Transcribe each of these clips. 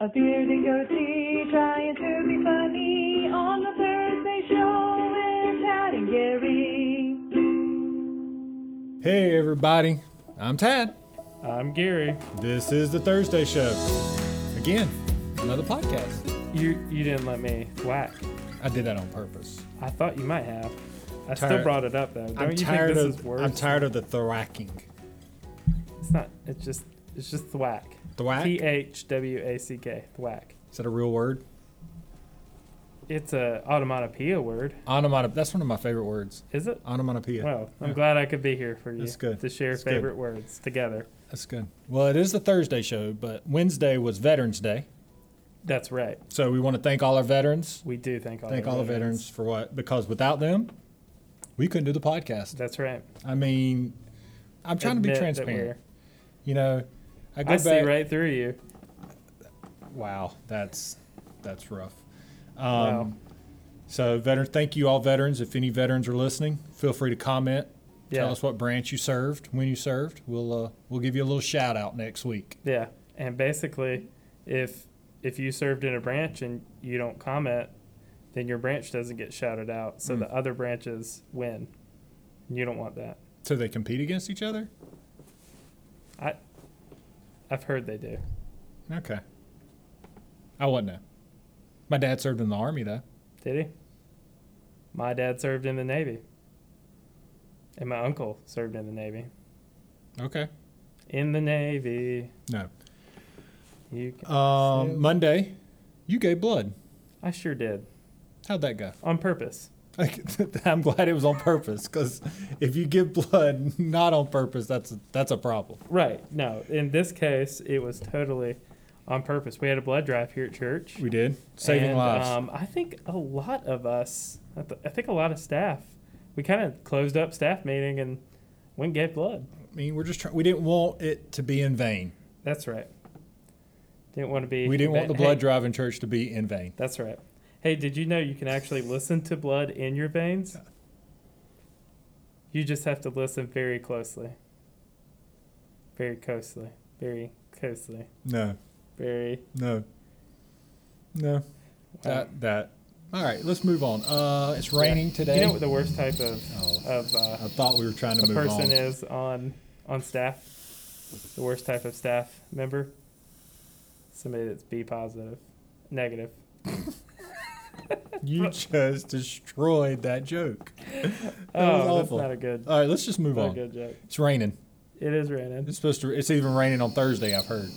Appeared in goatee, trying to be funny on the Thursday show with Tad and Gary. Hey, everybody. I'm Tad. I'm Um, Gary. This is the Thursday Show. Again, another podcast. You you didn't let me whack. I did that on purpose. I thought you might have. I Tired- still brought it up though. Don't I'm you tired think this of is worse? I'm tired of the thwacking. It's not. It's just. It's just thwack. Thwack? T h w a c k. Thwack. Is that a real word? It's a onomatopoeia word, Onomatopoeia. That's one of my favorite words. is it? Onomatopoeia. Well, I'm glad I could be here for you. That's good. To share That's good. favorite words together. That's good. Well, it is the Thursday Show, but Wednesday was Veterans Day. That's right. So we want to thank all our veterans. We do thank all. Thank our all the veterans for what? Because without them, we couldn't do the podcast. That's right. I mean, I'm trying to be Admit that transparent. You know, I we're- go I back. see right through you. Wow, that's that's rough. Um, Wow. So, veterans, thank you all, veterans. If any veterans are listening, feel free to comment. Tell Yeah. us what branch you served, when you served. We'll uh, we'll give you a little shout out next week. Yeah, and basically, if if you served in a branch and you don't comment, then your branch doesn't get shouted out. So the other branches win. You don't want that. So they compete against each other. I I've heard they do. Okay. I wouldn't know. My dad served in the army though. Did he? My dad served in the Navy. And my uncle served in the Navy. Okay. In the Navy, No. you. Can, Um, Monday, you gave blood. I sure did How'd that go? on purpose. Like, I'm glad it was on purpose because if you give blood not on purpose, that's that's a problem. Right. No, in this case, it was totally on purpose. We had a blood drive here at church. We did saving And, lives. Um, I think a lot of us, I, th- I think a lot of staff, we kind of closed up staff meeting and went and gave blood. I mean, we're just trying. We didn't want it to be in vain. That's right. Didn't want to be. We didn't want the blood Hey, drive in church to be in vain. That's right. Hey, did you know you can actually listen to blood in your veins? You just have to listen very closely. Very closely. Very closely. No, Very. no, Uh, no. That that. All right, let's move on. Uh, it's raining Yeah. today. You know what the worst type of Oh. of uh, I thought we were trying to a move person on. is on on staff, the worst type of staff member, somebody that's B positive, negative. You just destroyed that joke. oh, was that's awful. not a good, All right, let's just move not a on. good joke. It's raining. It is raining. It's supposed to. It's even raining on Thursday. I've heard,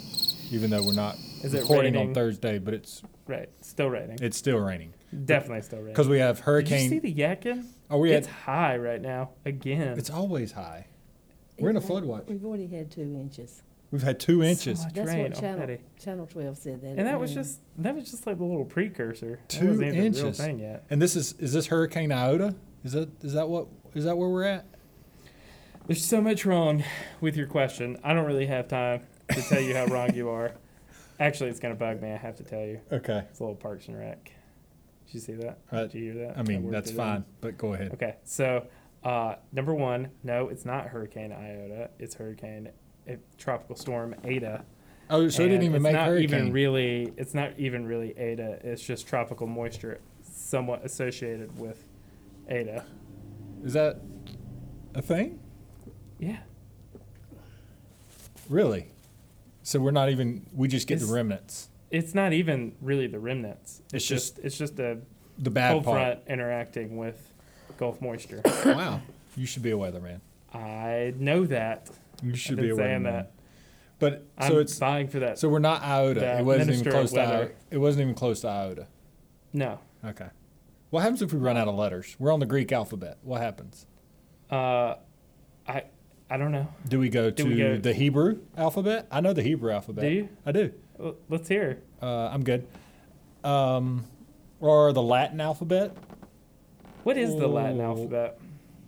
even though we're not Is it recording on raining? Thursday, but it's Right, still raining. it's still raining Definitely still raining. because we have Did you hurricane. see the yakking? oh, we had, It's high right now again. It's always high. We're in a flood watch. We've already had two inches. We've had two So inches. much That's rain what Channel, already. Channel 12 said that. And that was Mm. just that was just like the little precursor. That Two wasn't even the real inches. thing yet. And this is is this Hurricane Iota? Is that is that what is that where we're at? There's so much wrong with your question. I don't really have time to tell you how wrong you are. Actually, it's going to bug me. I have to tell you. Okay. It's a little Parks and Rec. Did you see that? Uh, Did you hear that? I mean worked that's it in. fine, but go ahead. Okay, so uh, number one, no, it's not Hurricane Iota. It's Hurricane uh, Tropical Storm Ada. Oh, so it didn't And even it's make not hurricane. Even really, it's not even really Ada. It's just tropical moisture, somewhat associated with Ada. is that a thing? Yeah. Really? So we're not even. We just get the It's- remnants. It's not even really the remnants. It's just it's just a the bad cold part. front interacting with Gulf moisture. Wow. You should be a weatherman. I know that. You should I've be a been saying weatherman. that. But I'm so it's vying for that. so we're not Iota. the It wasn't even Minister of close to Weather. Iota. It wasn't even close to Iota. no, Okay. What happens if we run out of letters? We're on the Greek alphabet. What happens? uh, I I don't know. Do we go Do to we go- the Hebrew alphabet? I know the Hebrew alphabet. Do you? I do. L- Let's hear. Uh, I'm good. Um, or the Latin alphabet? What is the Latin Ooh. alphabet?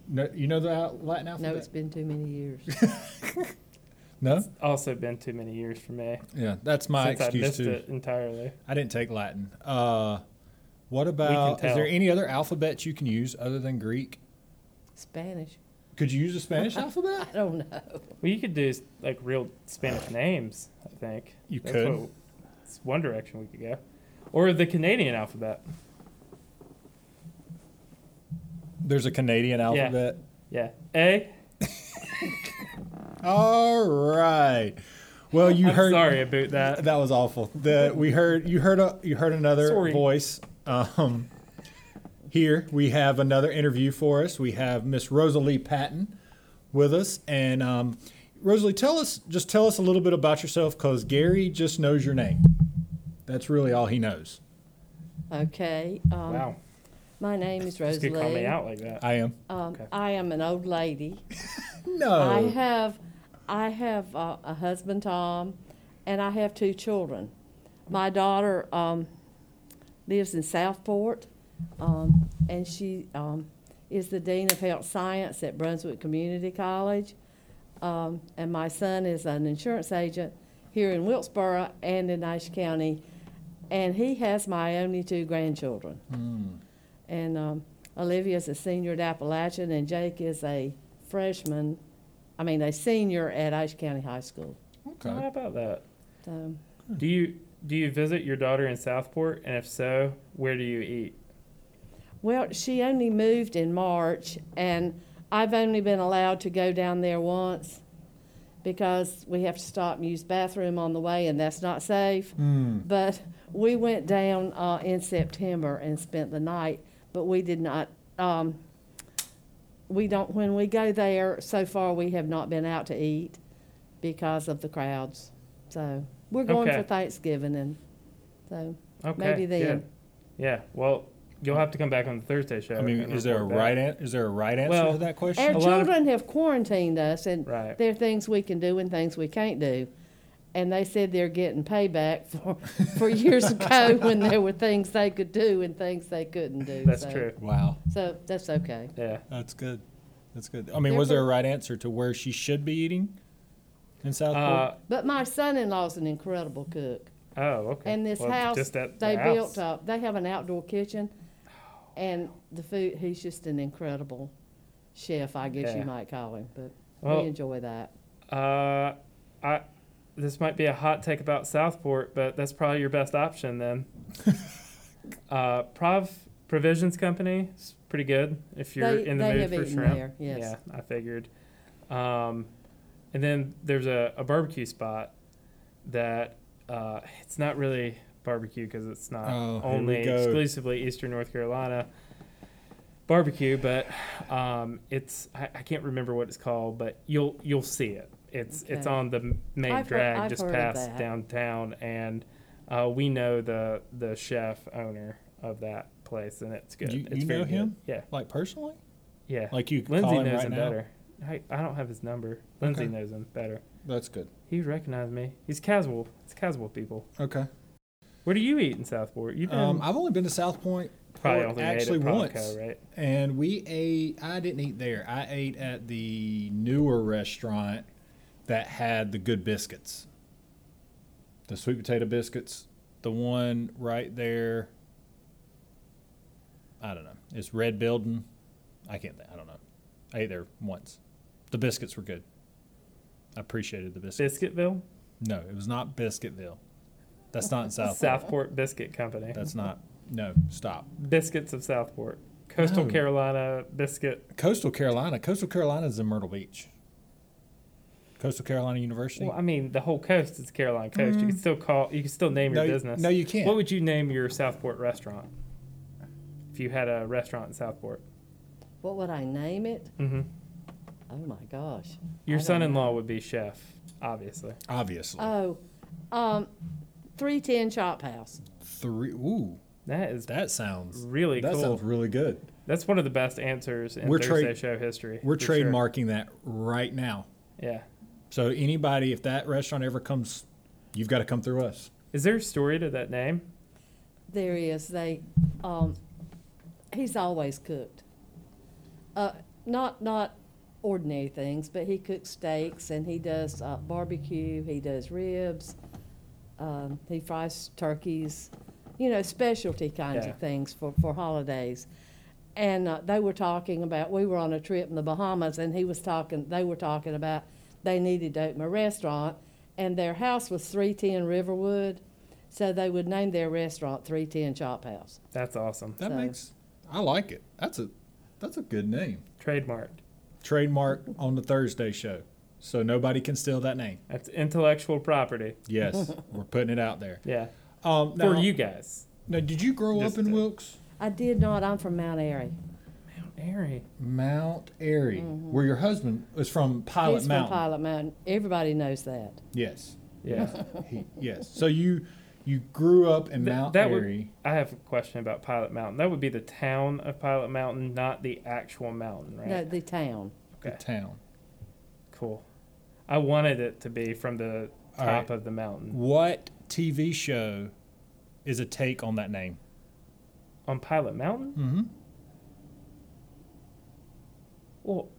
No, you know the al- Latin alphabet? No, it's been too many years. No? Also, been too many years for me Yeah, that's my since I excuse missed too. it entirely. I didn't take Latin. Uh, what about? Is tell. there any other alphabets you can use other than Greek? Spanish. Could you use the Spanish I alphabet? don't know. Well, you could do s- like real Spanish names. I think You That's could. what It's one direction we could go, or the Canadian alphabet. There's a Canadian alphabet. Yeah, A. All right. Well, you am heard. sorry about that. Uh, That was awful. The we heard you heard a, you heard another Sorry. voice. Um, here we have another interview for us. We have Miss Rosalie Patton with us, and um, Rosalie, tell us just tell us a little bit about yourself, because Gary just knows your name. That's really all he knows. Okay. Um, Wow, My name is just could call me Rosalie. out like that. I am Um, Okay. I am an old lady. no. I have, I have uh, a husband, Tom, and I have two children. My daughter um, lives in Southport, um, and she um, is the dean of health science at Brunswick Community College. Um, and my son is an insurance agent here in Wilkesboro and in Ashe County, and he has my only two grandchildren. And um, Olivia's a senior at Appalachian, and Jake is a freshman, I mean, a senior at Ashe County High School. How okay. about that? So, Do you do you visit your daughter in Southport, and if so, where do you eat? well, she only moved in March, and I've only been allowed to go down there once because we have to stop and use bathroom on the way, and that's not safe. But we went down uh, in September and spent the night, but we did not. Um, we don't. When we go there, so far we have not been out to eat because of the crowds. So we're going Okay. for Thanksgiving, and so Okay, maybe then. good. Yeah. Well, you'll have to come back on the Thursday show. I mean, and is there a report back. right an- is there a right answer Well, to that question? Our A lot of- children have quarantined us, and Right. there are things we can do and things we can't do. And they said they're getting payback for, for years ago when there were things they could do and things they couldn't do. That's so- true. wow, So that's okay. Yeah. that's good. That's good. I mean, was there a right answer to where she should be eating in Southport? Uh, But my son-in-law's an incredible cook. oh, okay. And this Well, house just at the they house. built up, they have an outdoor kitchen, and the food. He's just an incredible chef, I guess Yeah. you might call him. But Well- we enjoy that. Uh, I, this might be a hot take about Southport, but that's probably your best option then. uh, Prov Provisions Company is pretty good if you're They- in the they mood have for eaten shrimp. there, yes. Yeah, I figured. Um, and then there's a, a barbecue spot that uh, it's not really barbecue because it's not Oh, here we only go. exclusively Eastern North Carolina barbecue, but um, it's I, I can't remember what it's called, but you'll you'll see it. It's it's Okay. on the m- main I've heard- drag I've just heard of past that. downtown, and uh, we know the the chef owner of that place, and it's good. You- it's you very know good. him? Yeah, like personally? yeah. Like you Lindsay call him knows right him now? better. I, I don't have his number. Lindsay Okay. knows him better. That's good. He recognized me. He's casual. It's casual people. Okay. Where do you eat in Southport? You've been Um, I've only been to South Point probably Port only actually ate at Provico, once, right? and we ate. I didn't eat there. I ate at the newer restaurant that had the good biscuits, the sweet potato biscuits. The one right there. I don't know. It's red building. I can't. think I don't know. I ate there once. The biscuits were good. I appreciated the biscuits. Biscuitville, No, it was not Biscuitville. That's not in South. Southport Biscuit Company. That's not. No, stop. Biscuits of Southport, Coastal No. Carolina Biscuit. Coastal Carolina. Coastal Carolina is in Myrtle Beach. Coastal Carolina University. Well, I mean, the whole coast is Carolina Coast. You can still call. You can still name Mm. no, your you- business. no, you can't. What would you name your Southport restaurant if you had a restaurant in Southport? What would I name it? hmm Oh my gosh. I Your don't son-in-law would be chef, obviously. Obviously, Uh, Oh, um, three ten Chop House. three. Ooh, That is that sounds really that cool. sounds really good. That's one of the best answers in We're Thursday trade- show history. We're for sure. trademarking that right now. Yeah. So anybody, if that restaurant ever comes, you've got to come through us. Is there a story to that name? There he is. They, um, he's always cooked. Uh, not not ordinary things, but he cooks steaks and he does uh, barbecue. He does ribs. Um, he fries turkeys. You know, specialty kinds Yeah. of things for for holidays. And uh, they were talking about we were on a trip in the Bahamas, and he was talking. They were talking about they needed to open a restaurant, and their house was three ten Riverwood. So they would name their restaurant 310 Chop House. That's awesome. That So- makes I like it. That's a that's a good name. Trademarked. Trademark on the Thursday show. So nobody can steal that name. That's intellectual property. Yes, we're putting it out there. Yeah. Um, now, For you guys. Now, did you grow Just up in to- Wilkes? I did not. I'm from Mount Airy. Airy. Mount Airy, where your husband is from Pilot Mm-hmm. He's Mountain. from Pilot Mountain. Everybody knows that. Yes, Yeah. he, yes. So you you grew up in Th- Mount that would- Airy. I have a question about Pilot Mountain. That would be the town of Pilot Mountain, not the actual mountain, right? No, the town. the town. Cool. I wanted it to be from the All right. top of the mountain. What TV show is a take on that name? On Pilot Mountain? Mm-hmm. Well,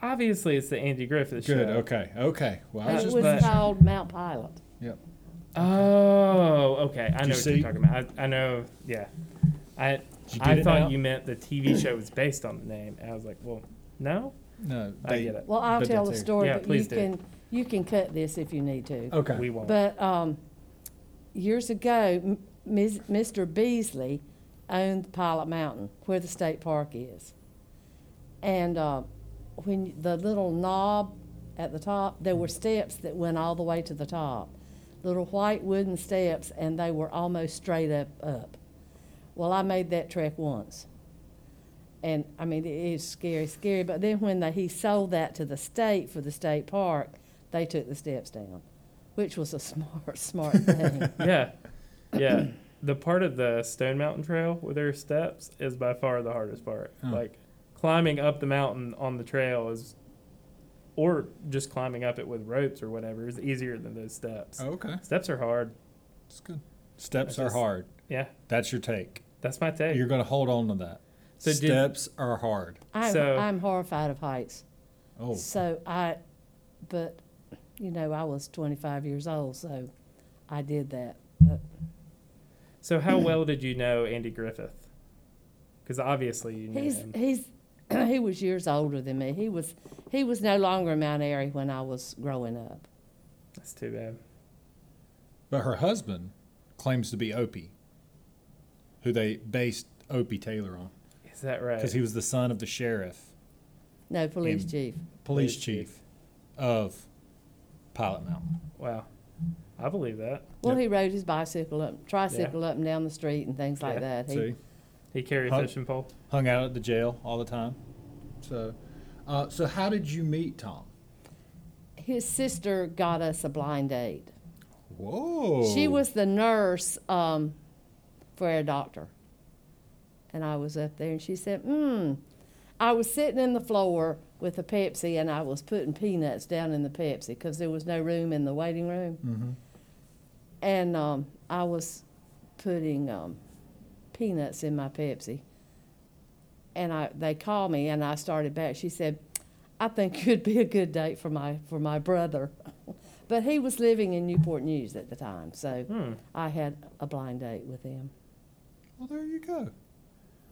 obviously it's the Andy Griffith show. Good. Okay. Okay. Well, I was It just was about- called Mount Pilot. yep. Oh, okay. I You know what see? you're talking about. I, I know. Yeah. I Did you get I it now? thought you meant the TV show was based on the name. And I was like, well, no. No, I they, get it. Well, I'll But tell the that's here. story, Yeah, but you please do. can, you can cut this if you need to. Okay. We won't. But um, years ago, M- Ms- Mr. Beasley owned Pilot Mountain, where the state park is. And uh, when y- the little knob at the top, there were steps that went all the way to the top, little white wooden steps, and they were almost straight up up. Well, I made that trek once. And I mean, it is scary, scary. But then when they, he sold that to the state for the state park, they took the steps down, which was a smart, smart thing. yeah. Yeah. The part of the Stone Mountain Trail where there are steps is by far the hardest part. Oh. Like climbing up the mountain on the trail is, or just climbing up it with ropes or whatever is easier than those steps. Oh, okay. Steps are hard. It's good. Steps That's are just- hard. Yeah. That's your take. That's my take. You're going to hold on to that. So did- Steps are hard. I'm, So- I'm horrified of heights. Oh, So I, but, you know, I was 25 years old, so I did that. But so how well did you know Andy Griffith? Because obviously you knew he's, him. he's, he was years older than me. He was, he was no longer in Mount Airy when I was growing up. That's too bad. but her husband claims to be Opie, who they based Opie Taylor on Is that right? because he was the son of the sheriff, No, police And- chief. police Police chief, chief. of Pilot Mountain. Wow. I believe that. Well, Yep. he rode his bicycle up, tricycle up and down the street and things like Yeah. that. He, See, He carried a Huh? fishing pole. hung out at the jail all the time. So, uh, so how did you meet Tom? his sister got us a blind date. Whoa. She was the nurse um, for a doctor. And I was up there and she said, Hmm. I was sitting in the floor with a Pepsi and I was putting peanuts down in the Pepsi because there was no room in the waiting room. And um, I was putting um, peanuts in my Pepsi. And I, they called me and I started back. She said, I think you'd be a good date for my, for my brother. But he was living in Newport News at the time, so Hmm. I had a blind date with him. Well, there you go.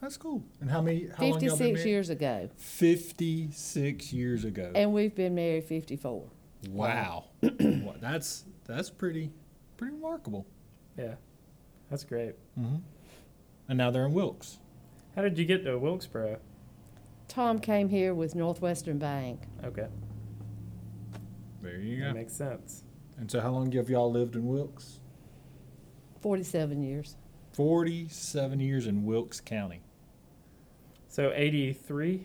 That's cool. And how many? How long y'all been 56 married? years ago, Fifty-six years ago. and we've been married 54. wow. Wow, that's that's pretty pretty remarkable. Yeah. That's great. And now they're in Wilkes. How did you get to Wilkesboro? Tom came here with Northwestern Bank. Okay. There you That makes sense. And so, how long have y'all lived in Wilkes? 47 years. Forty-seven years in Wilkes County. So 83?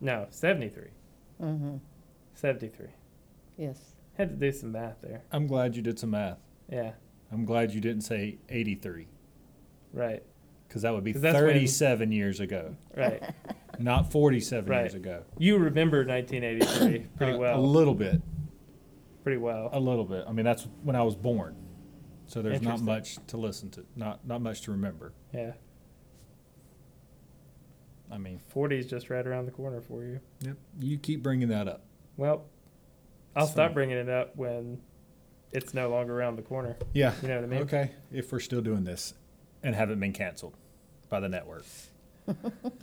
No, 73. hmm 73. Yes. Had to do some math there. I'm glad you did some math. Yeah, I'm glad you didn't say eighty-three, right, because that would be 'Cause that's when- thirty-seven years ago, right. not forty-seven Right. years ago. you remember 1983 pretty Uh, A well. little bit. Pretty well. A little bit. I mean, that's when I was born. So there's not Interesting. much to listen to, not not much to remember. Yeah. I mean, 40 is just right around the corner for you. yep. You keep bringing that up. Well, I'll So- stop bringing it up when it's no longer around the corner. Yeah. You know what I mean? Okay. If we're still doing this and haven't been canceled by the network,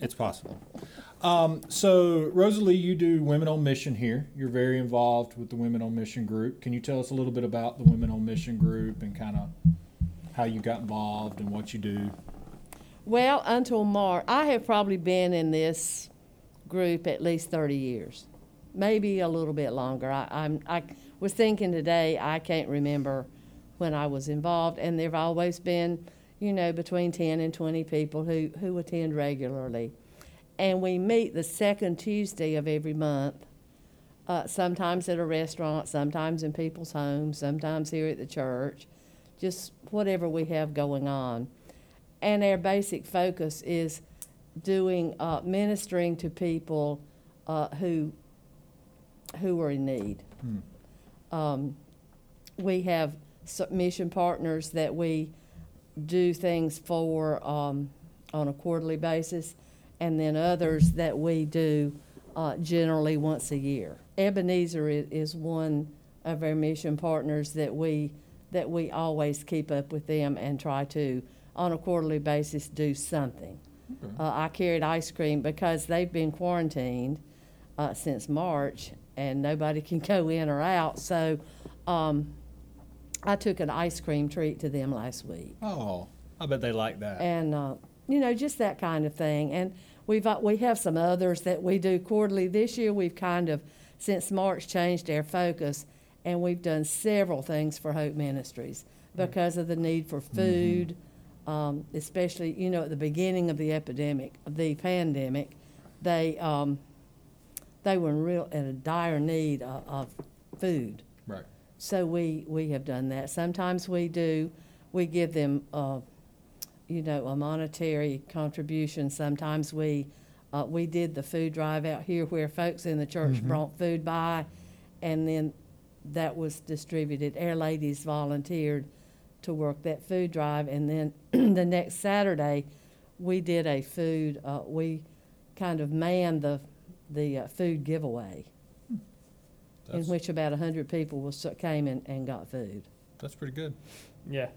it's possible. Um, so, Rosalie, you do Women on Mission here. You're very involved with the Women on Mission group. Can you tell us a little bit about the Women on Mission group and kind of how you got involved and what you do? Well, until March, I have probably been in this group at least 30 years, maybe a little bit longer. I, I'm, I was thinking today, I can't remember when I was involved, and there've always been, you know, between 10 and 20 people who, who attend regularly. And we meet the second Tuesday of every month, uh, sometimes at a restaurant, sometimes in people's homes, sometimes here at the church, just whatever we have going on and their basic focus is doing uh, ministering to people uh, who who are in need. Um, we have s- mission partners that we do things for um, on a quarterly basis, and then others that we do uh, generally once a year. Ebenezer is, is one of our mission partners that we that we always keep up with them and try to on a quarterly basis do something. Uh, I carried ice cream because they've been quarantined uh, since March and nobody can go in or out. So um, I took an ice cream treat to them last week Oh, I bet they like that. and uh, you know just that kind of thing and we've uh, we have some others that we do quarterly this year we've kind of since march changed our focus and we've done several things for hope ministries because of the need for food um, especially you know at the beginning of the epidemic of the pandemic they um, they were in real in a dire need of, of food right. so we, we have done that. Sometimes we do, we give them, uh, you know, a monetary contribution. Sometimes we, uh, we did the food drive out here where folks in the church brought food by, and then that was distributed. Air Ladies volunteered to work that food drive, and then the next Saturday, we did a food. Uh, we kind of manned the the uh, food giveaway That's, in which about 100 people was, came and, and got food. that's pretty good. Yeah.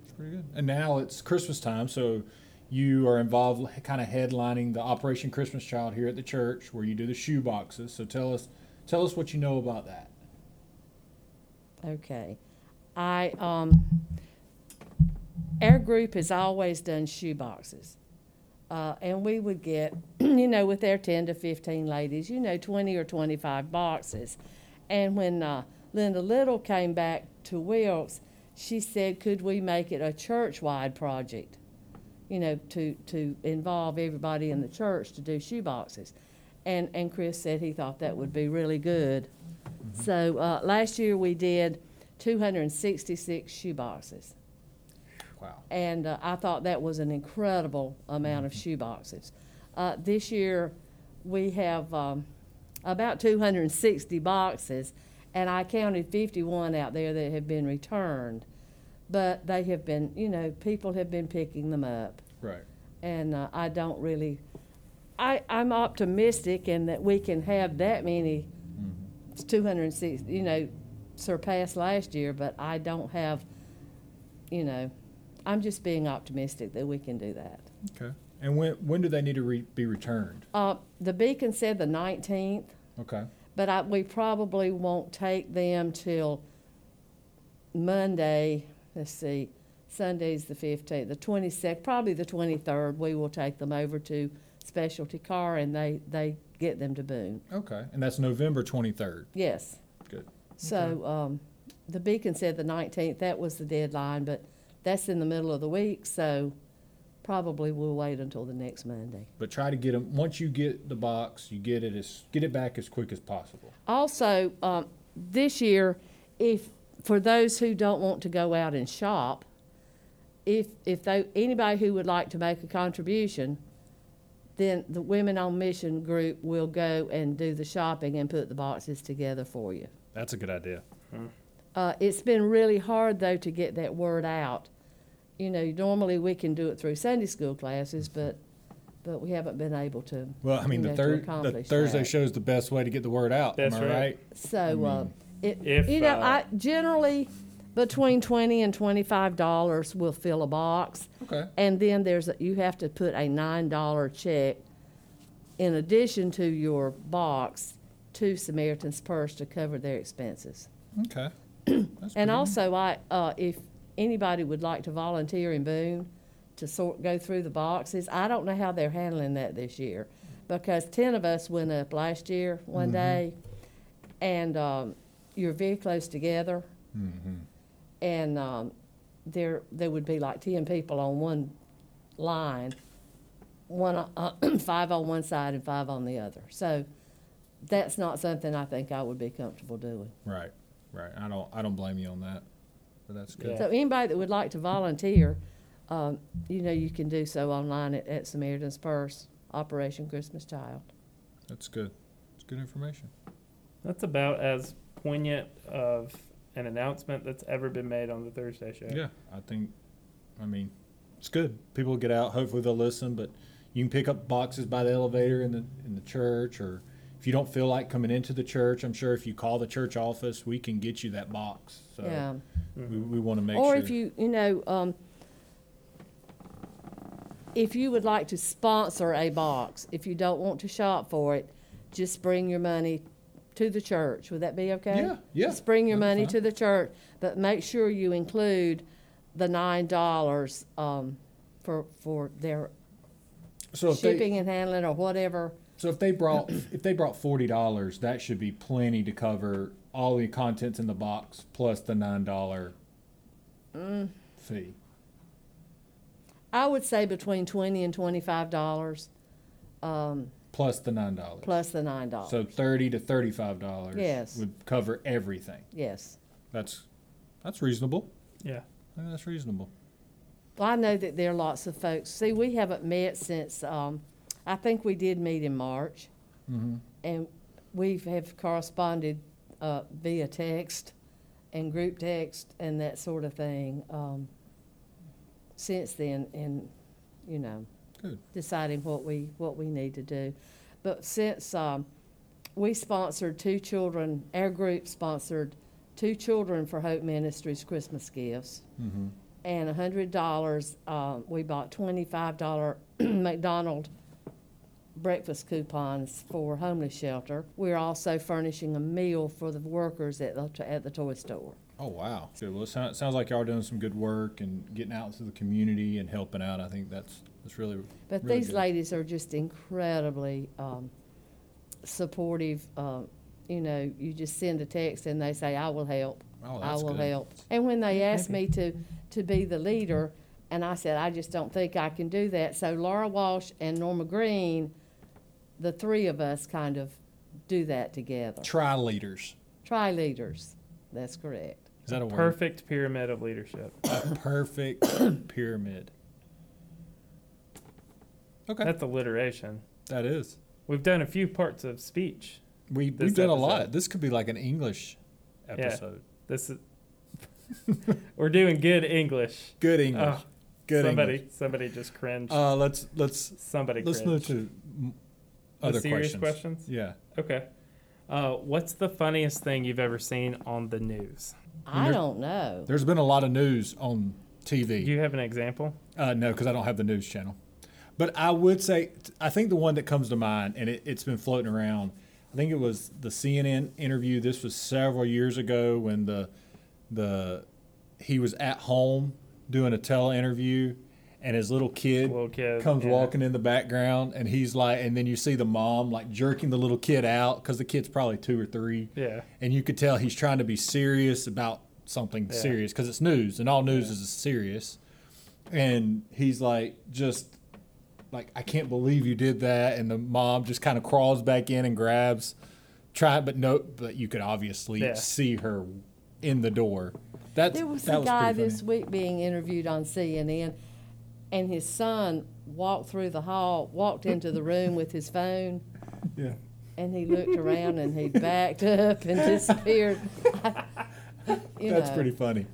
That's pretty good. And now it's Christmas time, so you are involved kind of headlining the Operation Christmas Child here at the church where you do the shoe boxes. So tell us tell us what you know about that. Okay. I, um, our group has always done shoe boxes. Uh, and we would get, you know, with their 10 to 15 ladies, you know, 20 or 25 boxes. And when uh, Linda Little came back to Wilkes, she said, could we make it a church wide project? you know, to, to involve everybody in the church to do shoe boxes. And, and Chris said he thought that would be really good. So uh, last year we did 266 shoe boxes. Wow. And uh, I thought that was an incredible amount of shoe boxes. Uh, this year we have um, about 260 boxes, and I counted 51 out there that have been returned. But they have been, you know, people have been picking them up Right. and uh, I don't really. I, I'm optimistic in that we can have that many, 206, you know, surpass last year, but I don't have, you know, I'm just being optimistic that we can do that. Okay. And when when do they need to re- be returned? Uh, the Beacon said the 19th, Okay. but I, we probably won't take them till Monday. Let's see, Sunday's the 15th, the 22nd, probably the 23rd. We will take them over to Specialty Car and they, they get them to Boone. Okay. And that's November 23rd. Yes. Good. So um, the Beacon said the 19th, that was the deadline, but that's in the middle of the week, so probably we'll wait until the next Monday. But try to get them once you get the box, you get it as get it back as quick as possible. Also, um, this year, if, for those who don't want to go out and shop, if, if they, anybody who would like to make a contribution, then the Women on Mission group will go and do the shopping and put the boxes together for you. That's a good idea. Uh, it's been really hard though to get that word out. You know, normally we can do it through Sunday school classes, but but we haven't been able to. Well, I mean the you know, to third the accomplish Thursday that. show is the best way to get the word out. That's am I right. right? So uh, it, If, you know, uh, I generally between twenty and twenty five dollars will fill a box, Okay. and then there's a, you have to put a nine dollar check in addition to your box to Samaritan's Purse to cover their expenses. Okay. That's And pretty- also, I, uh, if anybody would like to volunteer in Boone to sort, go through the boxes. I don't know how they're handling that this year because 10 of us went up last year one day and um, you're very close together. And um, there, there would be like 10 people on one line, one, uh, five on one side and five on the other. So that's not something I think I would be comfortable doing. Right, right. I don't, I don't blame you on that, but that's good. Yeah. So anybody that would like to volunteer, um, you know, you can do so online at, at Samaritan's Purse, Operation Christmas Child. That's good. It's good information. That's about as poignant of an announcement that's ever been made on the Thursday show. Yeah, I think, I mean, it's good. People get out. Hopefully they'll listen. But you can pick up boxes by the elevator in the in the church, or if you don't feel like coming into the church, I'm sure if you call the church office, we can get you that box. So Yeah. we, we want to make Or Uh, sure. if you, you know, um, if you would like to sponsor a box, if you don't want to shop for it, just bring your money to the church. Would that be okay? Yeah, yeah, Just bring your that'd be money fine. to the church, but make sure you include the nine dollars, um, for, for their so if shipping they, and handling or whatever. so if they brought if they brought forty dollars, that should be plenty to cover all the contents in the box plus the nine dollar Mm. fee. I would say between twenty and twenty-five dollars, um, Plus the nine dollars. plus the nine So dollars. thirty to thirty-five dollars Yes. would cover everything. Yes. That's that's reasonable. Yeah. I think that's reasonable. Well, I know that there are lots of folks. See, we haven't met since, um, I think we did meet in March. And we have corresponded, uh, via text and group text and that sort of thing, um, since then, and, you know, Good. deciding what we, what we need to do. But since, um, we sponsored two children, our group sponsored two children for Hope Ministries Christmas gifts and a hundred dollars. Um, we bought twenty-five dollar McDonald breakfast coupons for homeless shelter. We're also furnishing a meal for the workers at the at the toy store. Oh wow. Good. Well, it sounds, sounds like y'all are doing some good work and getting out into the community and helping out. I think that's that's really. But really these good. ladies are just incredibly um, supportive. Um, you know, you just send a text and they say, "I will help. Oh, I that's will good. help." And when they asked Maybe. me to to be the leader, and I said, "I just don't think I can do that." So Laura Walsh and Norma Green, the three of us, kind of do that together. Try leaders. Try leaders. That's correct. Is that a word? Perfect pyramid of leadership. A perfect pyramid. Okay, That's alliteration. that is. We've done a few parts of speech. We This we've done a episode. Oh, lot. This could be like an English episode. This is we're doing good English. Good English. Oh, good somebody, English. somebody just cringed. Uh, let's let's somebody let's move cringed. to mm, The other serious questions. questions? Yeah. Okay. Uh, what's the funniest thing you've ever seen on the news? I there- don't know. There's been a lot of news on TV. Do you have an example? Uh, no, because I don't have the news channel. But I would say, I think the one that comes to mind, and it, it's been floating around, I think it was the CNN interview. This was several years ago when the the he was at home doing a tele interview, and his little kid, Little kid, comes yeah. walking in the background, and he's like, and then you see the mom like jerking the little kid out because the kid's probably two or three, Yeah. and you could tell he's trying to be serious about something serious 'cause serious because it's news, and all news is serious and he's like just like i can't believe you did that and the mom just kind of crawls back in and grabs try but no but you could obviously Yeah. see her in the door that's There was that a guy pretty this funny. week being interviewed on CNN, and his son walked through the hall, walked into the room with his phone, yeah and he looked around and he backed up and disappeared. You that's know. pretty funny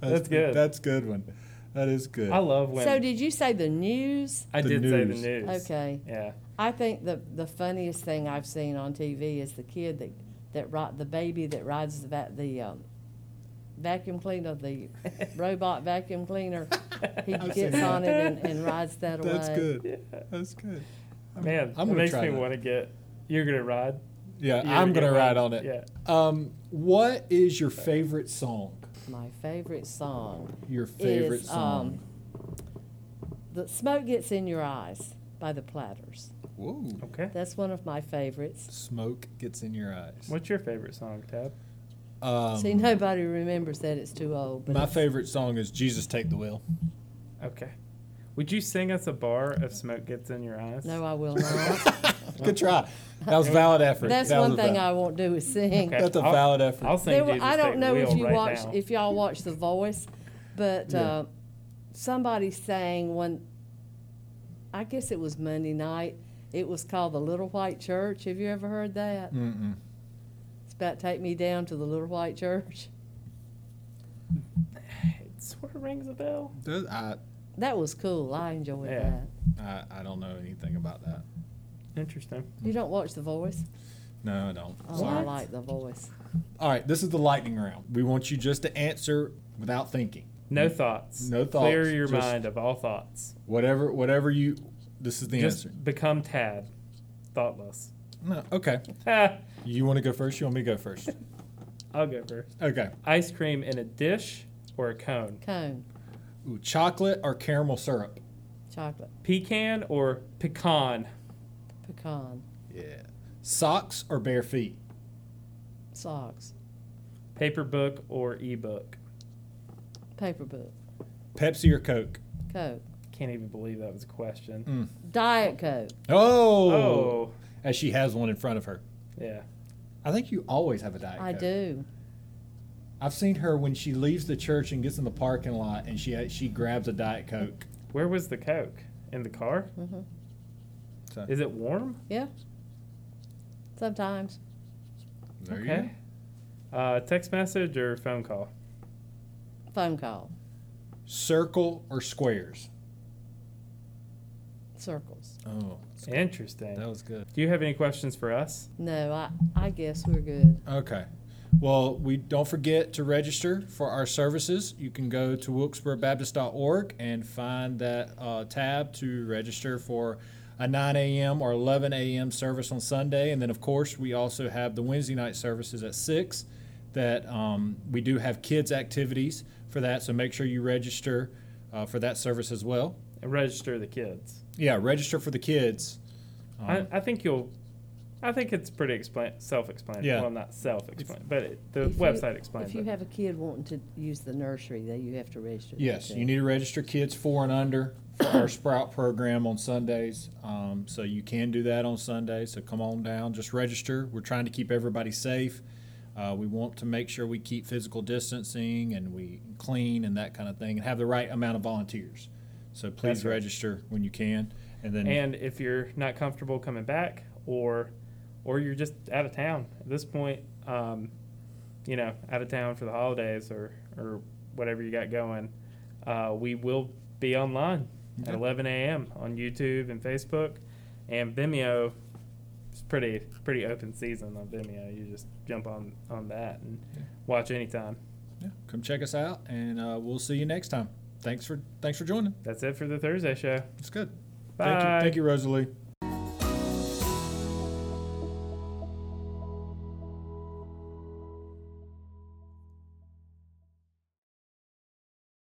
That's pretty- good. that's good one that is good I love when So, did you say the news? I The did say the news. news. Okay. Yeah. I think the, the funniest thing I've seen on TV is the kid that, that ri- the baby that rides the, va- the um, vacuum cleaner, the robot vacuum cleaner. He I've seen gets that. on it and, and rides that away. that's good that's good Man, I'm it gonna makes try me that. want to get. You're gonna ride. yeah You're i'm gonna get ride on it Yeah. um what is your favorite song my favorite song Your favorite is song. um, "The Smoke Gets in Your Eyes" by the Platters. Whoa. Okay. That's one of my favorites. Smoke gets in your eyes. What's your favorite song, Tab? Um, See, nobody remembers that it's too old, but my it's- favorite song is Jesus Take the Wheel. Okay. Would you sing us a bar if smoke gets in your eyes? no, I will not. Good try. That was a valid effort. That's That was one a thing valid- I won't do is sing. Okay. That's a I'll- valid effort. I'll sing There were- Jesus I Take don't the know if Wheel you right watch now. if y'all watch The Voice, but Yeah. uh, somebody sang one. I guess it was Monday night. It was called the Little White Church. Have you ever heard that? Mm-mm. It's about take me down to the Little White Church. it sort of rings a bell. Does- I, That was cool. I enjoyed Yeah. that. I, I don't know anything about that. Interesting. You don't watch The Voice? No, I don't. Oh, I Sorry. like The Voice. All right, this is the lightning round. We want you just to answer without thinking. No thoughts. Mm. No Clear thoughts, your just- mind of all thoughts. Whatever, whatever you. This is the Just answer. become Tab, thoughtless. No, okay. Ha! You want to go first? You want me to go first? I'll go first. Okay. Ice cream in a dish or a cone. Cone, Ooh, chocolate or caramel syrup? chocolate, Pecan or pecan. pecan, Yeah. Socks or bare feet? socks, Paper book or ebook. paper book, Pepsi or Coke? Coke, Can't even believe that was a question. Diet Coke. Oh. Oh, As she has one in front of her. yeah. I think you always have a diet. I Coke. do. I've seen her when she leaves the church and gets in the parking lot, and she she grabs a diet coke. Where was the Coke? In the car? Mhm. So- Is it warm? Yeah. Sometimes. There okay. Uh, text message or phone call? Phone call, Circle or squares? circles. Oh, Interesting. that was good. Do you have any questions for us? No, I, I guess we're good. Okay. Well, we don't forget to register for our services. You can go to wilkesborobaptist.org and find that uh, tab to register for a 9 a.m. or 11 a.m. service on Sunday. And then, of course, we also have the Wednesday night services at 6 that um, we do have kids' activities for that. So make sure you register uh, for that service as well. And register the kids. Yeah, register for the kids. Um, I, I think you'll. I think it's pretty explain, self-explanatory. Yeah. Well, not self-explanatory, but it, the If you- website explains If you it. have a kid wanting to use the nursery, then you have to register. the Yes, kid. you need to register kids four and under for our Sprout program on Sundays. Um, so you can do that on Sundays. So come on down, just register. We're trying to keep everybody safe. Uh, we want to make sure we keep physical distancing and we clean and that kind of thing, and have the right amount of volunteers. So please That's right. register when you can, and then and if you're not comfortable coming back, or or you're just out of town at this point, um, you know, out of town for the holidays or or whatever you got going, uh, we will be online at Okay. 11 a.m. on YouTube and Facebook, and Vimeo. It's pretty pretty open season on Vimeo. You just jump on on that and watch anytime. yeah, come check us out, and uh, we'll see you next time. Thanks for thanks for joining. That's it for the Thursday show. It's good. Bye. Thank you, thank you, Rosalie.